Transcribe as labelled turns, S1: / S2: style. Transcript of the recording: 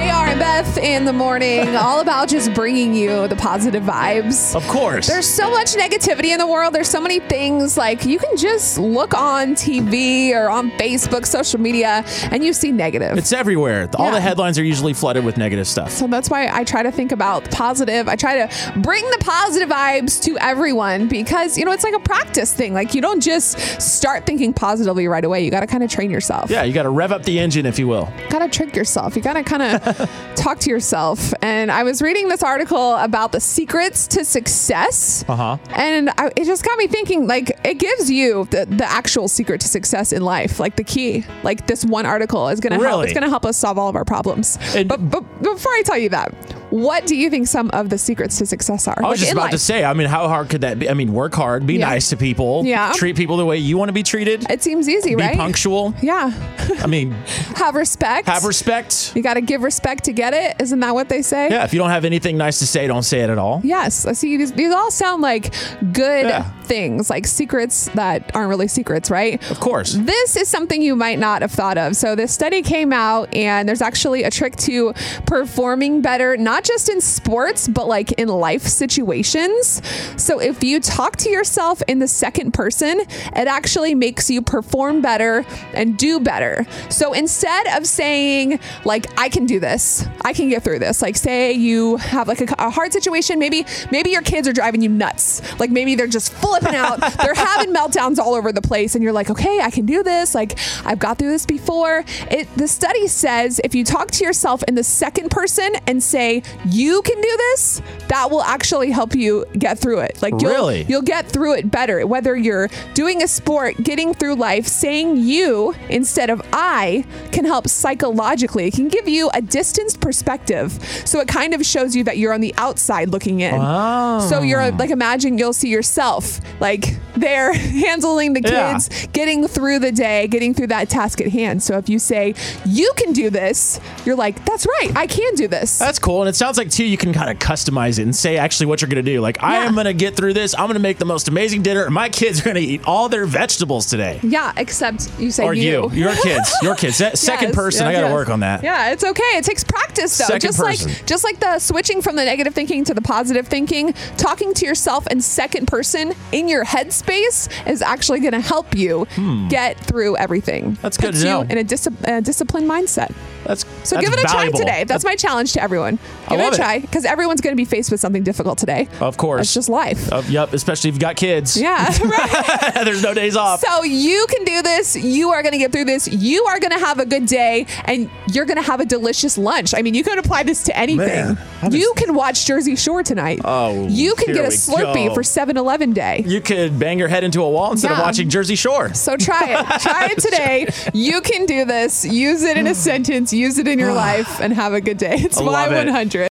S1: Jeff in the morning, all about just bringing you the positive vibes.
S2: Of course.
S1: There's so much negativity in the world. There's so many things like you can just look on TV or on Facebook, social media, and you see negative.
S2: it's everywhere. All
S1: Yeah.
S2: the headlines are usually flooded with negative stuff.
S1: so that's why I try to think about the positive. I try to bring the positive vibes to everyone because, you know, it's like a practice thing. Like, you don't just start thinking positively right away. You got to kind of train yourself.
S2: Yeah, you got to rev up the engine, if you will.
S1: gotta trick yourself. You gotta kind of talk to yourself. And I was reading this article about the secrets to success,
S2: Uh-huh.
S1: and I, it just got me thinking. Like, it gives you the, the actual secret to success in life, like the key. Like this one article is gonna help.
S2: Really?
S1: It's gonna help us solve all of our problems.
S2: And-
S1: but, but before I tell you that, what do you think some of the secrets to success are?
S2: I was just about to say, I mean, how hard could that be? I mean, work hard, be
S1: Yeah.
S2: nice to people,
S1: Yeah.
S2: treat people the way you want to be treated,
S1: It seems easy,
S2: be
S1: right?
S2: punctual.
S1: Yeah.
S2: I mean,
S1: Have respect.
S2: have respect.
S1: You gotta give respect to get it. Isn't that what they say?
S2: Yeah, if you don't have anything nice to say, don't say it at all.
S1: Yes, I see. These, these all sound like good
S2: Yeah.
S1: things, like secrets that aren't really secrets, right?
S2: Of course.
S1: This is something you might not have thought of. So, this study came out, and there's actually a trick to performing better, not just in sports, but like in life situations. So, if you talk to yourself in the second person, it actually makes you perform better and do better. So, instead of saying, like, I can do this, I can get through this, like, say you have like a, a hard situation, maybe, maybe your kids are driving you nuts. Like, maybe they're just flipping out, they're having meltdowns all over the place, and you're like, okay, I can do this. Like I've got through this before. It the study says if you talk to yourself in the second person and say you can do this, that will actually help you get through it. Like you'll,
S2: Really?
S1: you'll get through it better. Whether you're doing a sport, getting through life, saying you instead of I can help psychologically. It can give you a distanced perspective. So it kind of shows you that you're on the outside looking in.
S2: Ah.
S1: So you're like imagine you'll see yourself like there handling the
S2: Yeah.
S1: kids, getting through the day, getting through that task at hand. So if you say you can do this, you're like, that's right, I can do this.
S2: That's cool. And it sounds like, too, you can kind of customize it and say actually what you're going to do. Like, I
S1: Yeah.
S2: am going to get through this. I'm going to make the most amazing dinner. And my kids are going to eat all their vegetables today.
S1: yeah, except you say
S2: or you. Your kids. Your kids. Se- Second
S1: Yes,
S2: person. I
S1: yes,
S2: got to
S1: yes.
S2: work on that.
S1: Yeah, it's okay. It takes practice though.
S2: Second
S1: just
S2: person.
S1: like just like the switching from the negative thinking to the positive thinking, talking to yourself in second person in your headspace is actually going to help you get through everything.
S2: Hmm. That's good
S1: Puts
S2: to know.
S1: You in a, dis- a disciplined mindset.
S2: That's
S1: So
S2: that's
S1: give it a
S2: valuable.
S1: try today. That's my challenge to everyone.
S2: I
S1: Give it
S2: love it.
S1: a try because everyone's going to be faced with something difficult today.
S2: Of course.
S1: It's just life.
S2: Uh, yep, especially if you've got kids.
S1: yeah, right.
S2: There's no days off.
S1: So you can do this. You are going to get through this. You are going to have a good day, and you're going to have a delicious lunch. I mean, you can apply this to anything.
S2: Man, I
S1: you can watch Jersey Shore tonight.
S2: Oh,
S1: you can
S2: here
S1: get a
S2: we
S1: Slurpee
S2: go.
S1: for 7-Eleven day.
S2: you could bang your head into a wall instead of
S1: Yeah.
S2: watching Jersey Shore.
S1: So try it. Try it today. You can do this. Use it in a sentence. Use it in your life, and have a good day. It's
S2: I love
S1: Y
S2: it.
S1: one hundred.